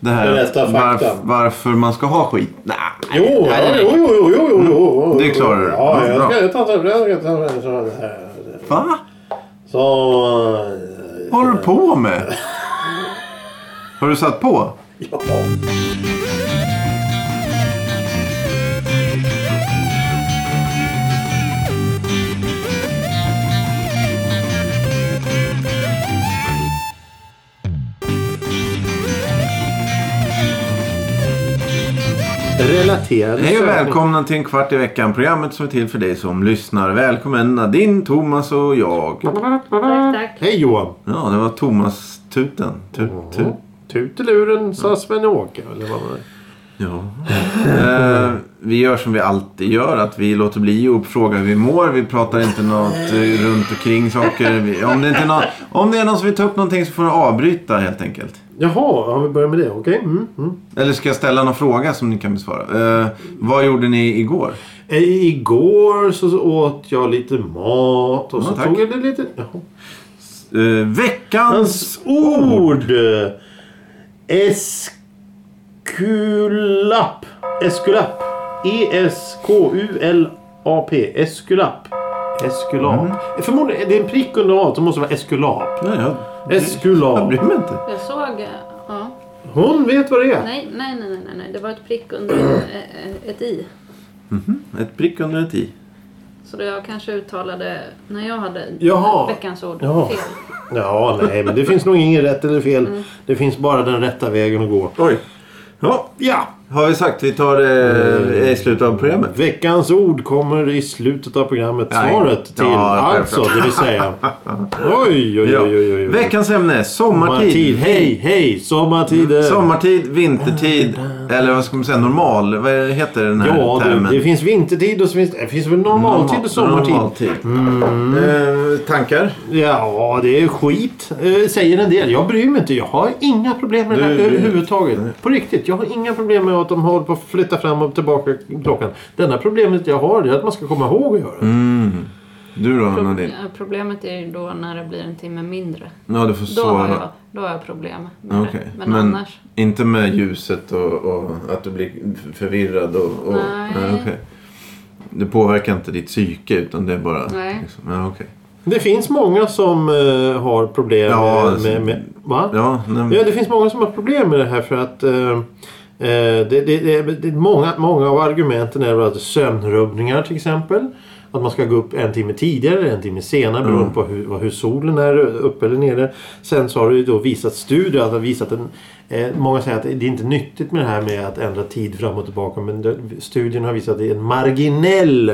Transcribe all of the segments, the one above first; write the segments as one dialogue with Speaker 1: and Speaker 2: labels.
Speaker 1: det här
Speaker 2: Den rätta
Speaker 1: varf,
Speaker 2: faktan.
Speaker 1: varför man ska ha skit. Nej,
Speaker 2: Jo, ja,
Speaker 1: nej, nej.
Speaker 2: jo, jo, jo, jo, jo, jo.
Speaker 1: Det klarar du.
Speaker 2: Ja, jag
Speaker 1: Bra.
Speaker 2: ska ta en jag ska ta en sån här.
Speaker 1: Va?
Speaker 2: Så... eh,
Speaker 1: Vad håller du på med? Har du satt på?
Speaker 2: Ja. Relaterade
Speaker 1: Hej och
Speaker 2: sökningar.
Speaker 1: välkomna till en kvart i veckan. Programmet som är till för dig som lyssnar. Välkommen Nadine, Thomas och jag.
Speaker 3: Tack, tack.
Speaker 2: Hej Johan!
Speaker 1: Ja, det var Thomas-tuten. Tut, tut.
Speaker 2: Tut i luren sa Sven-Åke. Eller vad var det?
Speaker 1: Ja. Eh, vi gör som vi alltid gör. Att vi låter bli att fråga hur vi mår. Vi pratar inte något eh, runt omkring saker. Vi, om, det inte är någon, om det är någon som vill ta upp någonting så får du avbryta helt enkelt.
Speaker 2: Jaha, har vi börjat med det? Okej. Mm, mm.
Speaker 1: Eller ska jag ställa någon fråga som ni kan besvara? Eh, vad gjorde ni igår?
Speaker 2: Eh, Igår så åt jag lite mat och
Speaker 1: Ja,
Speaker 2: så
Speaker 1: tack.
Speaker 2: tog jag det lite... Jaha.
Speaker 1: Eh, veckans
Speaker 2: Hans ord! eh, Eskulapp. Eskulapp. E E-S-K-U-L-A-P. Eskulapp. Eskulap. Mm. Förmodligen, det är en prick under A, så måste det vara eskulap.
Speaker 1: Ja, jag, jag
Speaker 2: Eskulap.
Speaker 1: bryr mig inte.
Speaker 3: Jag såg... eh, Ja.
Speaker 2: Hon vet vad det är.
Speaker 3: Nej, nej, nej, nej, nej, nej. Det var ett prick under eh, eh, ett i.
Speaker 1: Ett prick under ett i.
Speaker 3: Så det jag kanske uttalade när jag hade
Speaker 2: Jaha.
Speaker 3: veckans ord
Speaker 2: Jaha.
Speaker 3: fel.
Speaker 2: Ja, nej, men det finns nog ingen rätt eller fel. Det finns bara den rätta vägen att gå.
Speaker 1: Oj. Ja,
Speaker 2: Ja!
Speaker 1: Har vi sagt vi tar
Speaker 2: Eh,
Speaker 1: det i slutet av programmet?
Speaker 2: Veckans ord kommer i slutet av programmet.
Speaker 1: Nej.
Speaker 2: Svaret till
Speaker 1: Ja,
Speaker 2: alltså, det vill säga. Oj, oj, oj,
Speaker 1: Ja.
Speaker 2: oj, oj, oj.
Speaker 1: Veckans ämne, sommartid.
Speaker 2: Sommartid. Hej, hej, sommartider.
Speaker 1: Sommartid, vintertid, eller vad ska man säga, normal. Vad heter den här
Speaker 2: Ja,
Speaker 1: termen?
Speaker 2: du, det finns vintertid och så finns det finns väl normaltid och sommartid. Mm.
Speaker 1: Normaltid. Eh, tankar?
Speaker 2: Ja, det är skit. eh, Säger en del. Jag bryr mig inte. Jag har inga problem med det här
Speaker 1: Du bryr dig
Speaker 2: överhuvudtaget. På riktigt. Jag har inga problem med att de håller på att flytta fram och tillbaka klockan. Det enda problemet jag har är att man ska komma ihåg att göra det.
Speaker 1: Mm. Du då,
Speaker 3: Pro-
Speaker 1: Nadine?
Speaker 3: eh, Problemet är ju då när det blir en timme mindre.
Speaker 1: Ja, du får
Speaker 3: Då har
Speaker 1: svara.
Speaker 3: jag, då har jag problem med
Speaker 1: Okej.
Speaker 3: det. Men, annars.
Speaker 1: Inte med ljuset och, och att du blir förvirrad och... och
Speaker 3: Nej.
Speaker 1: okej. Det påverkar inte ditt psyke utan det är bara...
Speaker 3: Nej.
Speaker 1: Liksom, ja, okej.
Speaker 2: Det finns många som eh, har problem
Speaker 1: Ja,
Speaker 2: med,
Speaker 1: alltså-
Speaker 2: med, med... Va?
Speaker 1: Ja, nej, men-
Speaker 2: Ja, det finns många som har problem med det här för att eh, eh, det, det, det, det, många, många av argumenten är väl att sömnrubbningar till exempel. Att man ska gå upp en timme tidigare eller en timme senare beroende på hur, vad- hur solen är uppe eller nere. Sen så har det ju då visat studier att det har visat en, eh, många säger att det är inte nyttigt med det här med att ändra tid fram och tillbaka men det, studien har visat att det är en marginell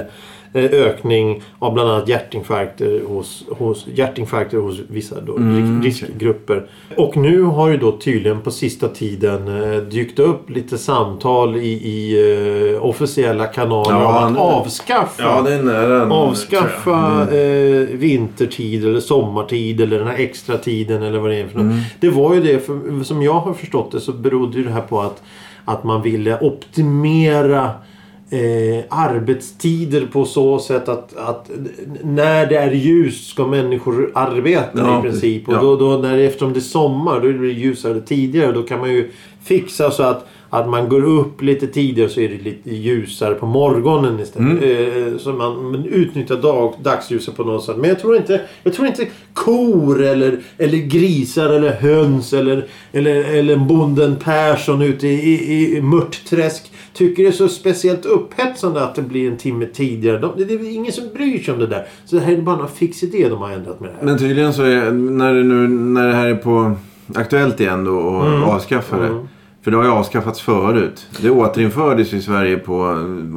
Speaker 2: eh, ökning av bland annat hjärtinfarkter hos, hos, hjärtinfarkter hos vissa då,
Speaker 1: Mm,
Speaker 2: risk- riskgrupper. Och nu har ju då tydligen på sista tiden eh, dykt upp lite samtal i, i eh, officiella kanaler
Speaker 1: Ja,
Speaker 2: om att
Speaker 1: nu-
Speaker 2: avskaffa
Speaker 1: ja, det är nära. nu, tror jag. Mm.
Speaker 2: Avskaffa eh, vintertid eller sommartid eller den här extra tiden eller vad det är för något.
Speaker 1: Mm.
Speaker 2: Det var ju det, för, som jag har förstått det så berodde ju det här på att, att man ville optimera eh, arbetstider på så sätt att, att när det är ljust ska människor arbeta
Speaker 1: Ja,
Speaker 2: i princip. Och
Speaker 1: ja.
Speaker 2: då, då, när, det- eftersom det är sommar då blir det ljusare tidigare. Då kan man ju fixa så att att man går upp lite tidigare så är det lite ljusare på morgonen istället. Eh, så man man utnyttjar dag, dagsljuset på något sätt. Men jag tror inte, jag tror inte kor eller, eller grisar eller höns eller, eller, eller bonden Persson ute i, i, i Mörtträsk tycker det är så speciellt upphetsande att det blir en timme tidigare. De, det, det är ingen som bryr sig om det där. Så det här är bara en fix idé de har ändrat med det här.
Speaker 1: Men tydligen så är när det, nu, när det här är på aktuellt igen då och avskaffar det. För det har ju avskaffats förut. Det återinfördes ju i Sverige på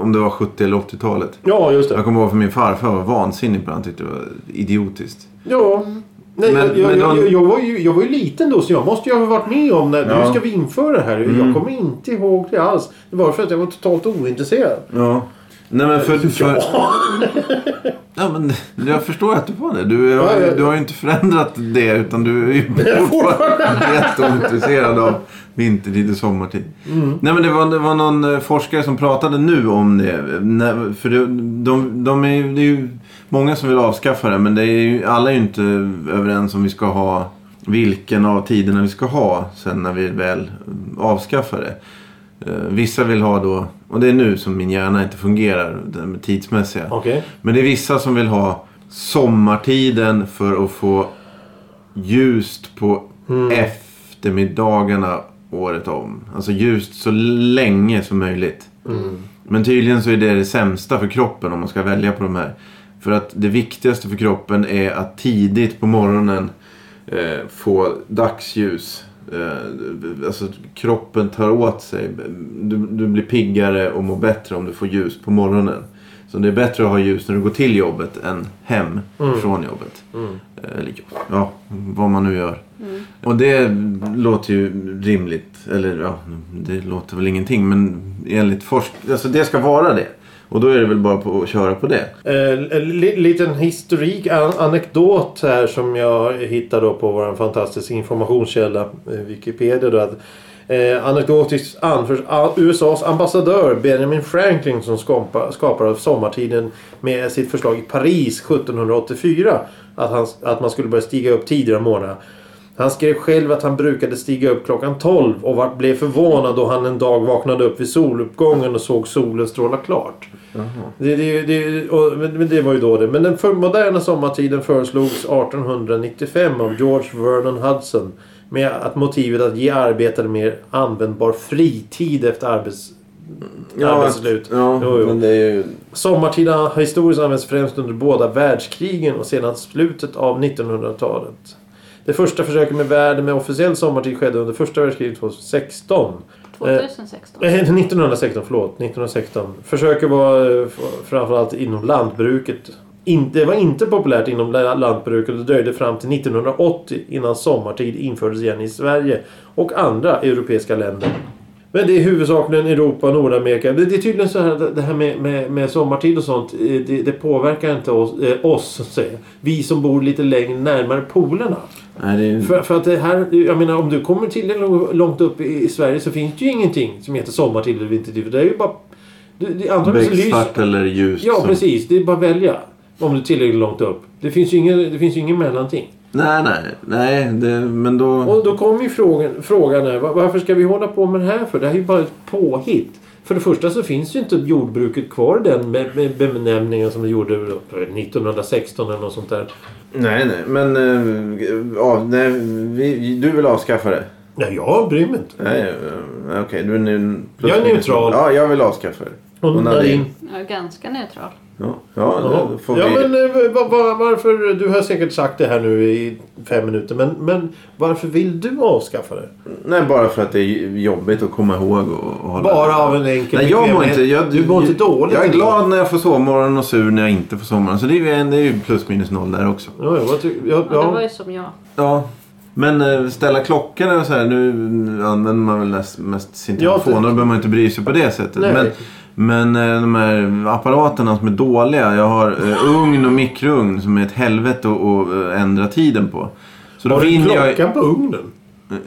Speaker 1: om det var 70 eller 80-talet.
Speaker 2: Ja, just det.
Speaker 1: Jag kommer ihåg för min farfar var vansinnig på det. Han tyckte det var idiotiskt.
Speaker 2: Ja. Nej,
Speaker 1: Men-
Speaker 2: jag, jag,
Speaker 1: men
Speaker 2: jag,
Speaker 1: om-
Speaker 2: jag, var ju, jag var ju liten då så jag måste ju ha varit med om när
Speaker 1: Ja. Mm.
Speaker 2: nu ska vi införa det här. Jag kommer inte ihåg det alls. Det var för att jag var totalt ointresserad.
Speaker 1: Ja. Nej men för... för... Ja, men jag förstår att du var det. Du, har-
Speaker 2: Ja, ja, ja.
Speaker 1: du har ju inte förändrat det utan du är ju fortfarande jätteointresserad av vintertid och sommartid. Nej, men det, var, det var någon eh, forskare som pratade nu om det. När- För det, de, de är, ju- det är ju många som vill avskaffa det men det är ju, alla är ju inte överens om vi ska ha vilken av tiderna vi ska ha sen när vi väl avskaffar det. Eh, Vissa vill ha då, och det är nu som min hjärna inte fungerar, den tidsmässiga.
Speaker 2: Okej.
Speaker 1: Men det är vissa som vill ha sommartiden för att få ljust på eftermiddagarna året om. Alltså ljust så länge som möjligt. Men tydligen så är det det sämsta för kroppen om man ska välja på de här. För att det viktigaste för kroppen är att tidigt på morgonen eh, få dagsljus. Eh, alltså kroppen tar åt sig. Du, du blir piggare och mår bättre om du får ljus på morgonen. Så det är bättre att ha ljus när du går till jobbet än hem
Speaker 2: Mm.
Speaker 1: från jobbet. Eh, Eller jobb. ja, vad man nu gör. Och det låter ju rimligt. Eller ja, det låter väl ingenting. Men enligt forskning, alltså det ska vara det. Och då är det väl bara på att köra på det.
Speaker 2: Eh, li- liten historik, an- anekdot här som jag hittade då på vår fantastiska informationskälla eh, Wikipedia. Då, att, eh, anekdotiskt anförs a- USAs ambassadör Benjamin Franklin som skapa, skapade sommartiden med sitt förslag i Paris 1784. Att, han, att man skulle börja stiga upp tidigare på morgnarna. Han skrev själv att han brukade stiga upp klockan 12 och var, blev förvånad då han en dag vaknade upp vid soluppgången och såg solen stråla klart. Det, det, det, och, men men det var ju då det. Men den för moderna sommartiden föreslogs 1895 av George Vernon Hudson. Med att motivet att ge arbetare mer användbar fritid efter arbets, arbetsslut.
Speaker 1: Ja,
Speaker 2: Jo, jo.
Speaker 1: men det är ju...
Speaker 2: Sommartida historiskt används främst under båda världskrigen och sedan slutet av 1900-talet. Det första försöket med världen med officiell sommartid skedde under första världskriget 2016. Eh,
Speaker 3: 2016.
Speaker 2: Eh, 1916, förlåt. 1916. Försöken var eh, f- framförallt inom lantbruket. In, det var inte populärt inom la- lantbruket och det dröjde fram till 1980 innan sommartid infördes igen i Sverige och andra europeiska länder. Men det är huvudsakligen Europa och Nordamerika. Det, det är tydligen så här att det här med, med, med sommartid och sånt. eh, Det, det påverkar inte oss, eh, oss så att säga. Vi som bor lite längre närmare polerna.
Speaker 1: Nej, det är ju...
Speaker 2: För, för att det här, jag menar om du kommer till det långt upp i, i Sverige så finns det ju ingenting som heter sommartid eller vintertid. Det är ju bara... Du, det, antagligen så lyser...
Speaker 1: Becksvart eller ljust.
Speaker 2: Ja
Speaker 1: som-
Speaker 2: precis, det är bara att välja. Om du är tillräckligt långt upp. Det finns ju ingen, det finns ju ingen mellanting.
Speaker 1: Nej, nej, nej. Det, men då...
Speaker 2: Och då kommer ju frågan, frågan är, va- varför ska vi hålla på med det här för? Det här är ju bara ett påhitt. För det första så finns ju inte jordbruket kvar i den med, med benämningen som det gjorde då för 1916 eller något sånt där.
Speaker 1: Nej, nej. Men eh, ja, nej, vi, du vill avskaffa det?
Speaker 2: Nej, jag bryr mig inte.
Speaker 1: Nej, eh, okej. du är nu...
Speaker 2: Mm. Jag är neutral.
Speaker 1: Ja, jag vill avskaffa det.
Speaker 2: Och Nadine,
Speaker 3: Jag är ganska neutral.
Speaker 1: Ja, ja, då får
Speaker 2: ja,
Speaker 1: vi...
Speaker 2: men eh, va- va- varför... Du har säkert sagt det här nu i fem minuter. Men, men varför vill du avskaffa det?
Speaker 1: Nej, bara för att det är jobbigt att komma ihåg och, och hålla...
Speaker 2: Bara av en enkel
Speaker 1: Nej, jag mår
Speaker 2: bekvämlighet.
Speaker 1: inte... Jag,
Speaker 2: Du mår inte dåligt.
Speaker 1: Jag är glad när jag får sovmorgon och sur när jag inte får sovmorgon. Så det är ju, en- det är ju plus minus noll där också.
Speaker 2: Ja, jag, ty- jag,
Speaker 3: Ja, Det var
Speaker 2: ja.
Speaker 3: ju som jag.
Speaker 1: Ja. Men eh, ställa klockan och så här, nu använder man väl näst, mest sin
Speaker 2: Ja,
Speaker 1: telefon.
Speaker 2: det-
Speaker 1: och Då behöver man inte bry sig på det sättet.
Speaker 2: Nej.
Speaker 1: Men, men eh, de här apparaterna som är dåliga. Jag har eh, ugn och mikrougn som är ett helvete att att, eh, ändra tiden på. Så då
Speaker 2: Har du en
Speaker 1: vinner jag,
Speaker 2: klocka på ugnen?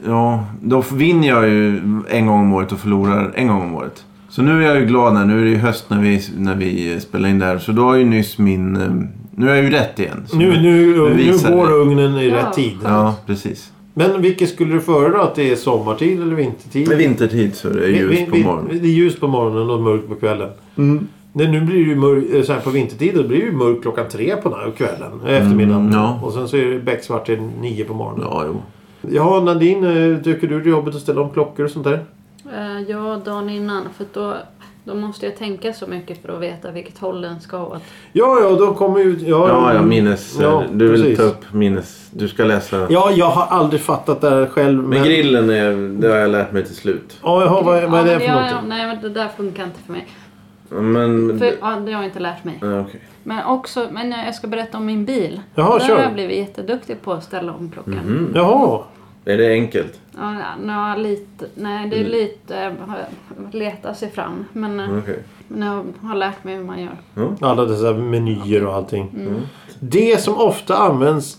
Speaker 1: ja, då vinner jag ju en gång om året och förlorar en gång om året. Så nu är jag ju glad när, nu är det ju höst när vi, när vi eh, spelar in det här. Så då har ju nyss min, eh, nu är jag ju rätt igen. Så
Speaker 2: Nu, nu, nu
Speaker 1: visar
Speaker 2: går
Speaker 1: det.
Speaker 2: ugnen i
Speaker 3: Ja.
Speaker 2: rätt tid.
Speaker 1: Ja, precis.
Speaker 2: Men vilket skulle du föredra? Att det är sommartid eller vintertid?
Speaker 1: Med vintertid så är det
Speaker 2: Vi- vi-
Speaker 1: ljus på
Speaker 2: vi-
Speaker 1: morgonen. Mm.
Speaker 2: Det är ljus på morgonen och mörkt på kvällen. Nej, nu blir det ju mörk, eh, så här på vintertid då blir det ju mörkt klockan tre på na- kvällen, eh, eftermiddagen.
Speaker 1: Mm, ja.
Speaker 2: Och sen så är det becksvart till nio på morgonen.
Speaker 1: Ja, jo.
Speaker 2: Ja, Nadine, eh, tycker du det är jobbigt att ställa om klockor och sånt där?
Speaker 3: Eh, Ja, dagen innan. För då, då måste jag tänka så mycket för att veta vilket håll den ska åt.
Speaker 2: Ja, ja, då kommer ju... Ja,
Speaker 1: Ja, ja,
Speaker 2: mm.
Speaker 1: minnes. eh,
Speaker 2: Ja,
Speaker 1: du vill
Speaker 2: precis.
Speaker 1: ta upp minnes. Du ska läsa.
Speaker 2: Ja, jag har aldrig fattat det här själv.
Speaker 1: Men
Speaker 2: Men,
Speaker 1: grillen är, det har jag lärt mig till slut.
Speaker 2: Ja, jaha, vad, vad är
Speaker 3: Ja,
Speaker 2: det
Speaker 3: men
Speaker 2: för
Speaker 3: jag-
Speaker 2: någonting?
Speaker 3: Nej, men det där funkar inte för mig.
Speaker 1: Men...
Speaker 3: För, ja, det har jag inte lärt mig.
Speaker 1: Ja, okej.
Speaker 3: Men också, men jag ska berätta om min bil.
Speaker 2: Jaha,
Speaker 3: Där
Speaker 2: kör.
Speaker 3: har jag blivit jätteduktig på att ställa om klockan.
Speaker 1: Mhm.
Speaker 2: Jaha.
Speaker 1: Är det enkelt?
Speaker 3: Ja, ja, lite, nej,
Speaker 1: Mm.
Speaker 3: det är lite eh, har jag- leta sig fram. Men, eh,
Speaker 1: Okej.
Speaker 3: men jag har lärt mig hur man gör.
Speaker 2: Alla dessa menyer och allting.
Speaker 1: Mm.
Speaker 2: Det som ofta används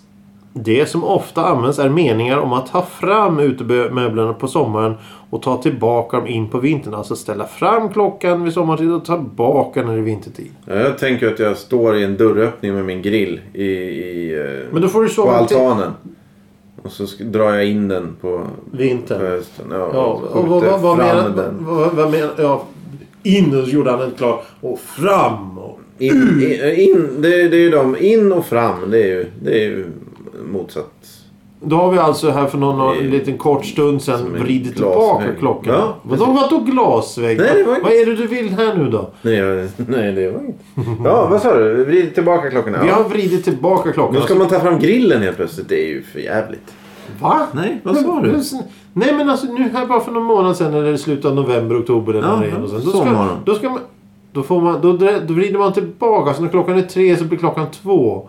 Speaker 2: det som ofta används är meningar om att ta fram utemöblerna på sommaren och ta tillbaka dem in på vintern. Alltså ställa fram klockan vid sommartid och ta tillbaka när det är vintertid.
Speaker 1: Ja, jag tänker att jag står i en dörröppning med min grill i... i eh,
Speaker 2: Men då får du
Speaker 1: på
Speaker 2: sova till...
Speaker 1: altanen. Och så sk- drar jag in den på, på
Speaker 2: Vintern.
Speaker 1: hösten. Ja,
Speaker 2: Ja,
Speaker 1: och
Speaker 2: och vad,
Speaker 1: skjuter
Speaker 2: vad, vad
Speaker 1: fram
Speaker 2: menar
Speaker 1: den.
Speaker 2: vad, vad menar, ja, In och så gjorde han den klar. Och fram. Och,
Speaker 1: In, in, in, det, det är ju de. In och fram. Det är ju, det är ju motsatt.
Speaker 2: då har vi alltså här för någon, någon
Speaker 1: Det är-
Speaker 2: liten kort stund sedan
Speaker 1: Som en
Speaker 2: vridit
Speaker 1: glasvägg.
Speaker 2: tillbaka klockan.
Speaker 1: Ja,
Speaker 2: Vadå, vadå glasvägg?
Speaker 1: Nej, det var
Speaker 2: Vad är det du vill här nu då?
Speaker 1: Nej, jag, nej det var inget. Ja, vad sa du? Vrid tillbaka klockorna.
Speaker 2: Vi
Speaker 1: Ja.
Speaker 2: har vridit tillbaka klockan.
Speaker 1: Nu ska man ta fram grillen helt plötsligt. Det är ju för jävligt.
Speaker 2: Va?
Speaker 1: Nej, vad sa
Speaker 2: Men-
Speaker 1: du?
Speaker 2: men sen- Nej men alltså nu här bara för någon månad sedan eller i slutet av november, oktober eller
Speaker 1: Ja,
Speaker 2: när det är. och sen, Då ska,
Speaker 1: sommaren.
Speaker 2: då ska man... Då, får man då, drä- då vrider man tillbaka. Så när klockan är tre så blir klockan två.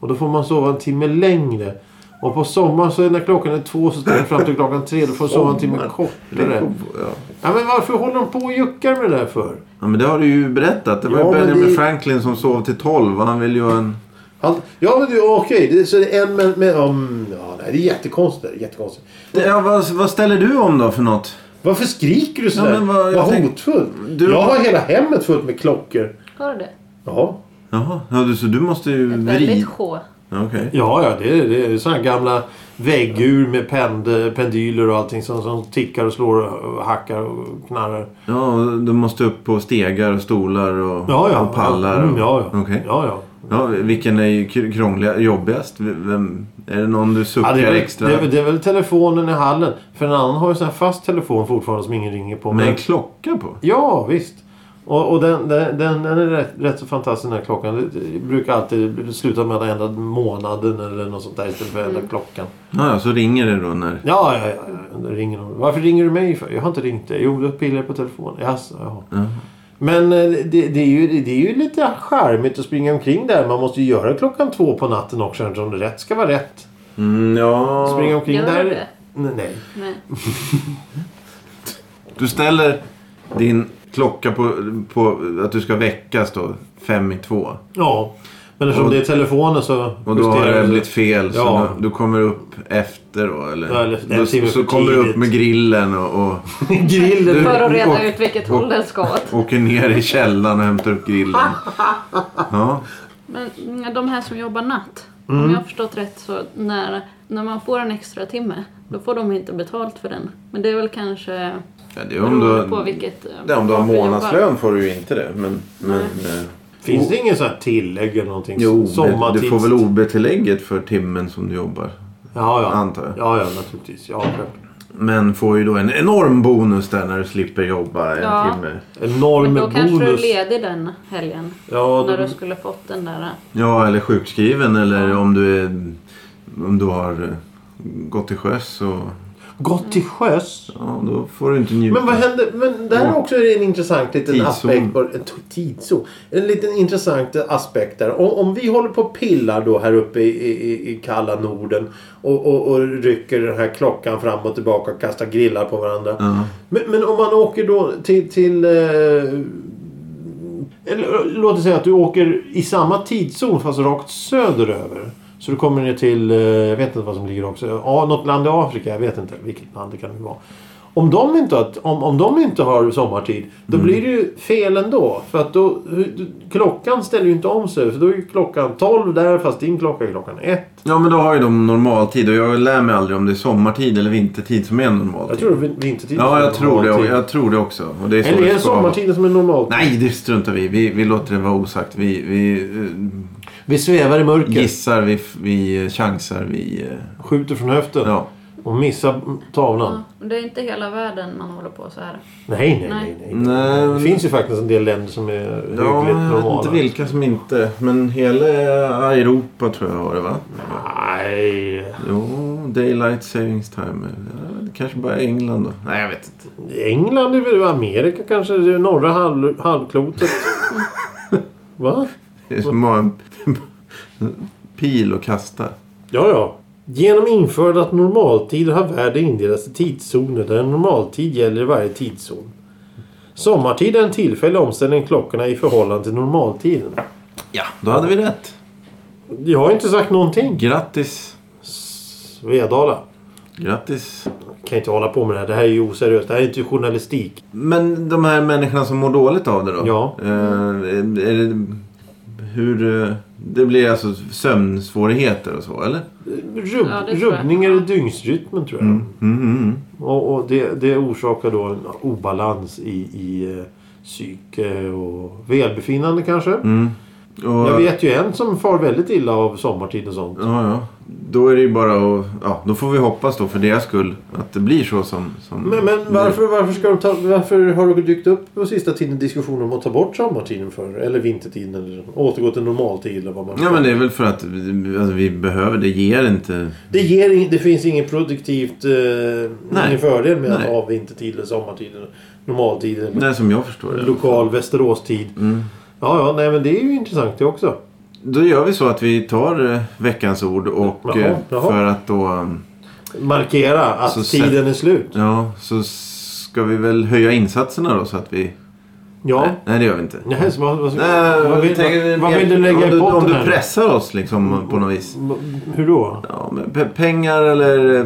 Speaker 2: Och då får man sova en timme längre. Och på sommaren så är när klockan är två så ställer fram till klockan tre. Då får man sova en timme
Speaker 1: Sommar.
Speaker 2: kortare.
Speaker 1: Ja.
Speaker 2: Ja, men varför håller de på och juckar med det där för?
Speaker 1: Ja, men det har du ju berättat. Det var
Speaker 2: Ja,
Speaker 1: ju
Speaker 2: men
Speaker 1: Benjamin
Speaker 2: det-
Speaker 1: Franklin som sov till 12 och han ville ju ha en...
Speaker 2: Allt, ja men du, okej. Det, så det är en med... med om, ja, nej, det är jättekonstigt. det är jättekonstigt.
Speaker 1: Ja, vad, vad ställer du om då för något?
Speaker 2: Varför skriker du
Speaker 1: Ja,
Speaker 2: sådär?
Speaker 1: men vad-
Speaker 2: vad
Speaker 1: jag tänk-
Speaker 2: hotfullt.
Speaker 1: Du-
Speaker 2: Jag har hela hemmet fullt med klockor.
Speaker 3: Har du det?
Speaker 2: Ja.
Speaker 1: Jaha, ja, du, så du måste ju
Speaker 3: Ett väldigt
Speaker 1: vrida...
Speaker 3: sjå.
Speaker 1: Ja, Okej.
Speaker 2: Ja, ja, det är, det är sådana gamla väggur med pend, pendyler och allting som, som tickar och slår och hackar och knarrar.
Speaker 1: Ja, och du måste upp på stegar och stolar och,
Speaker 2: Ja, ja.
Speaker 1: och pallar.
Speaker 2: Mm,
Speaker 1: Och...
Speaker 2: ja, ja.
Speaker 1: Okej.
Speaker 2: ja, ja.
Speaker 1: Ja, vilken är ju kr- krångligast, jobbigast? V- Vem, är det någon du suckar
Speaker 2: Ja, det, är väl,
Speaker 1: extra?
Speaker 2: det, är, väl- det är väl telefonen i hallen. För en annan har ju sån här fast telefon fortfarande som ingen ringer på.
Speaker 1: Med
Speaker 2: Men-
Speaker 1: en klocka på?
Speaker 2: Ja, visst. Och, och den, den, den, den är rätt, rätt så fantastisk den här klockan. Det, det brukar alltid sluta med att ändra månaden eller något sånt där istället för att ändra klockan.
Speaker 1: Ja, ja, så ringer det då när...
Speaker 2: Ja, ja, ja, ja. Det ringer någon. Varför ringer du mig för? Jag har inte ringt dig. Jo, du pillar på telefonen. Jaså, jaha.
Speaker 1: Ja.
Speaker 2: Men eh, det, det, är ju, det är ju lite charmigt att springa omkring där. Man måste ju göra det klockan två på natten också eftersom det rätt ska vara rätt.
Speaker 1: Mm, ja...
Speaker 2: Springa omkring
Speaker 3: Gör
Speaker 2: där.
Speaker 3: du det?
Speaker 2: Nej, nej.
Speaker 3: Nej.
Speaker 1: Du ställer din klocka på, på att du ska väckas då fem i två.
Speaker 2: Ja. Men eftersom
Speaker 1: Och-
Speaker 2: det är telefonen så
Speaker 1: Och då har
Speaker 2: justerar
Speaker 1: det
Speaker 2: vi-
Speaker 1: blivit fel. Så
Speaker 2: Ja.
Speaker 1: du, du kommer upp efter då? Eller,
Speaker 2: Ja, eller en
Speaker 1: då,
Speaker 2: timme
Speaker 1: så
Speaker 2: för
Speaker 1: kommer du upp
Speaker 2: tidigt.
Speaker 1: med grillen och, och
Speaker 2: grillen.
Speaker 3: För att reda
Speaker 1: och-
Speaker 3: ut vilket
Speaker 1: och-
Speaker 3: håll den ska åt.
Speaker 1: åker ner i källaren och hämtar upp grillen. Ja.
Speaker 3: Men mm, de här som jobbar natt.
Speaker 1: Mm.
Speaker 3: Om jag har förstått rätt så när, när man får en extra timme då får de inte betalt för den. Men det är väl kanske
Speaker 1: Ja, det är om
Speaker 3: beroende på
Speaker 1: du,
Speaker 3: vilket... eh,
Speaker 1: det är om du har
Speaker 3: varför jobbar.
Speaker 1: månadslön får du ju inte det. Men, men, eh,
Speaker 2: Finns det ingen sån här tillägg eller någonting?
Speaker 1: jo, det-
Speaker 2: Sommartid?
Speaker 1: du får väl OB-tillägget för timmen som du jobbar.
Speaker 2: Ja, ja.
Speaker 1: antar jag.
Speaker 2: Ja, ja, naturligtvis. Ja, självklart.
Speaker 1: Men får ju då en enorm bonus där när du slipper jobba en
Speaker 3: Ja.
Speaker 1: timme.
Speaker 2: Enorm
Speaker 3: Men då kanske du är
Speaker 2: bonus.
Speaker 3: ledig den helgen.
Speaker 2: Ja,
Speaker 3: När
Speaker 2: då-
Speaker 3: du skulle fått den där.
Speaker 1: Ja, eller sjukskriven eller om du, är, om du har eh, gått till sjöss. Och,
Speaker 2: Gått till sjöss?
Speaker 1: ja, då får du inte njuta.
Speaker 2: Men vad händer? Men där också är det en intressant liten
Speaker 1: Tidszon.
Speaker 2: aspekt. På, en t- tidszon. En liten intressant aspekt där. Om, om vi håller på och pillar då här uppe i, i, i- i kalla Norden och, och, och rycker den här klockan fram och tillbaka och kastar grillar på varandra.
Speaker 1: Ja.
Speaker 2: Men, men om man åker då till... till eh, eller, låt oss säga att du åker i samma tidszon fast rakt söderöver. Så du kommer ner till, eh, jag vet inte vad som ligger också, ja, något land i Afrika, jag vet inte vilket land det kan vara. Om de inte har, om, om de inte har sommartid, då
Speaker 1: Mm.
Speaker 2: blir det ju fel ändå. För att då, klockan ställer ju inte om sig. För då är ju klockan 12 där fast din klocka är klockan 1.
Speaker 1: Ja men då har ju de normaltid och jag lär mig aldrig om det är sommartid eller vintertid som är
Speaker 2: Jag
Speaker 1: normaltid.
Speaker 2: tror det är vintertid.
Speaker 1: Ja jag tror det, och
Speaker 2: Normaltid.
Speaker 1: jag tror det också. Och det är så
Speaker 2: Eller
Speaker 1: det
Speaker 2: är det
Speaker 1: ska vara.
Speaker 2: sommartiden som är normalt?
Speaker 1: Nej det struntar vi i. vi Vi låter det vara osagt. Vi, vi eh,
Speaker 2: Vi svävar i mörker.
Speaker 1: gissar, vi, vi eh, chansar, vi... eh,
Speaker 2: Skjuter från höften
Speaker 1: Ja.
Speaker 2: och missar tavlan.
Speaker 3: Ja, men det är inte hela världen man håller på så här.
Speaker 2: Nej, nej, nej.
Speaker 3: Nej.
Speaker 2: nej.
Speaker 1: Nej,
Speaker 2: Det
Speaker 1: men-
Speaker 2: finns ju faktiskt en del länder som är hyggligt
Speaker 1: Ja, jag vet
Speaker 2: normala.
Speaker 1: inte vilka som inte... Men hela Europa tror jag har det va?
Speaker 2: Nej,
Speaker 1: Jo, Daylight Savings Time. Ja, det kanske bara är England då. Nej, jag vet inte.
Speaker 2: England är väl Amerika kanske? Det är norra halv, halvklotet. Va?
Speaker 1: Det är som att ha en pil och kasta.
Speaker 2: Ja, ja. Genom införande att normaltider har världen indelats i tidszoner där en normaltid gäller i varje tidszon. Sommartid är en tillfällig omställning av klockorna i förhållande till normaltiden.
Speaker 1: Ja, då hade vi rätt.
Speaker 2: Jag har inte sagt någonting.
Speaker 1: Grattis.
Speaker 2: Svedala.
Speaker 1: Grattis.
Speaker 2: Kan inte hålla på med det här. Det här är ju oseriöst. Det här är inte journalistik.
Speaker 1: Men de här människorna som mår dåligt av Eh, det då?
Speaker 2: Ja.
Speaker 1: Eh, är det, hur, eh, Det blir alltså sömnsvårigheter och så, eller?
Speaker 2: Rubb,
Speaker 3: Ja, det tror jag.
Speaker 2: rubbningar i dygnsrytmen tror jag.
Speaker 1: Mm, mm, mm.
Speaker 2: Och, och det, det orsakar då en obalans i, i eh, psyke och välbefinnande kanske.
Speaker 1: Och,
Speaker 2: Jag vet ju en som far väldigt illa av sommartid och sånt.
Speaker 1: Ja, ja. Då är det ju bara att... Ja, då får vi hoppas då för deras skull att det blir så som... som
Speaker 2: Men, men varför, varför, ska de ta, varför har det dykt upp på sista tiden diskussioner om att ta bort sommartiden för? Eller vintertiden eller återgå till normaltid eller vad man
Speaker 1: Ja, men det är väl för att alltså, vi behöver det. ger inte...
Speaker 2: Det, ger, ing- det finns inget produktivt eh,
Speaker 1: Nej.
Speaker 2: ingen fördel med att
Speaker 1: Nej.
Speaker 2: ha vintertid eller sommartid eller normaltid eller
Speaker 1: Nej, som jag förstår det.
Speaker 2: lokal Västeråstid.
Speaker 1: Mm.
Speaker 2: Ja, ja, nej men det är ju intressant det också.
Speaker 1: Då gör vi så att vi tar eh, veckans ord och
Speaker 2: Jaha,
Speaker 1: eh,
Speaker 2: jaha.
Speaker 1: för att då... um,
Speaker 2: Markera att
Speaker 1: Så sen-
Speaker 2: tiden är slut.
Speaker 1: Ja, så ska vi väl höja insatserna då så att vi...
Speaker 2: Ja.
Speaker 1: Nej, det gör vi inte.
Speaker 2: Nej, så vad, vad,
Speaker 1: Nej,
Speaker 2: vad,
Speaker 1: vi
Speaker 2: vill,
Speaker 1: tänker-
Speaker 2: vad, vad vill du
Speaker 1: om
Speaker 2: lägga i
Speaker 1: du,
Speaker 2: potten
Speaker 1: Om du
Speaker 2: här?
Speaker 1: pressar oss liksom på något vis.
Speaker 2: M- Hur då?
Speaker 1: Ja, men pe- pengar eller eh,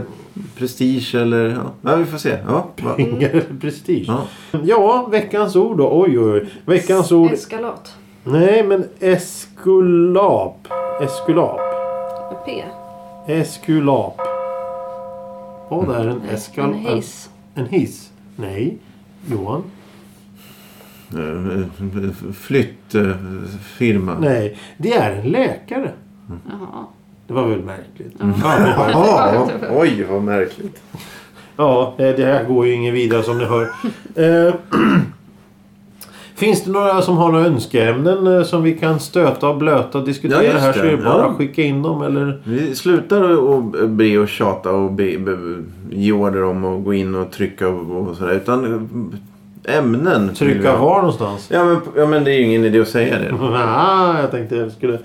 Speaker 1: prestige eller... Ja, ja vi får se. Ja, va?
Speaker 2: Mm. Pengar, prestige.
Speaker 1: Mm. Ja.
Speaker 2: Ja, veckans ord då. Oj, oj, oj. Veckans ord.
Speaker 3: Eskalat.
Speaker 2: Nej, men eskulap. Eskulap.
Speaker 3: P.
Speaker 2: Eskulap. Ja, det är en eskal...
Speaker 3: En hiss.
Speaker 2: En hiss? Nej. Johan?
Speaker 1: Eh, Flyttfirma.
Speaker 2: Nej. Det är en läkare.
Speaker 3: Jaha.
Speaker 2: Det var väl märkligt.
Speaker 1: Jaha, oj vad märkligt.
Speaker 2: Ja, eh, det här går ju ingen vidare som ni hör. Eh, Finns det några som har några önskeämnen eh, som vi kan stöta och blöta och diskutera
Speaker 1: Ja, just
Speaker 2: här så är det
Speaker 1: det.
Speaker 2: bara
Speaker 1: Ja.
Speaker 2: att skicka in dem eller...
Speaker 1: Vi slutar att be och tjata och be, be, ge order om att gå in och trycka och, och sådär. Utan eh, ämnen. vill vi
Speaker 2: Trycka
Speaker 1: ha.
Speaker 2: var någonstans?
Speaker 1: Ja men, ja men det är ju ingen idé att säga det. då.
Speaker 2: Ah, jag tänkte jag skulle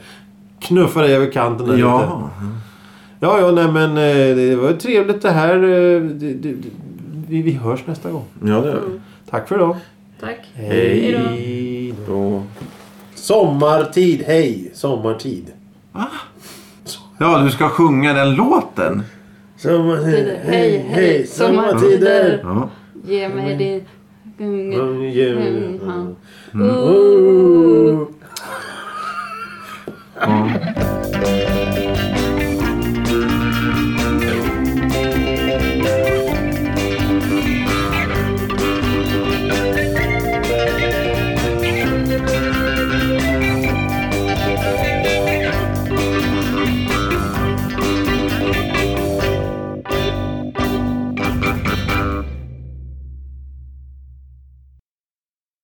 Speaker 2: knuffa dig över kanten där lite.
Speaker 1: Ja.
Speaker 2: Ja, ja, nej men eh, det var ju trevligt det här. eh, Det, det, det, vi, vi hörs nästa gång.
Speaker 1: Ja det gör vi.
Speaker 2: Tack för idag.
Speaker 3: Tack.
Speaker 1: Hej.
Speaker 2: Hej då.
Speaker 1: Då-
Speaker 2: Sommartid, hej. Sommartid.
Speaker 1: Ja du ska sjunga den låten.
Speaker 2: Sommartider,
Speaker 3: Tider. Hej, hej, sommartider.
Speaker 1: Ja.
Speaker 3: Ge mig din...
Speaker 2: Mm, ge mig din-
Speaker 3: Mm. Mm.
Speaker 1: ja.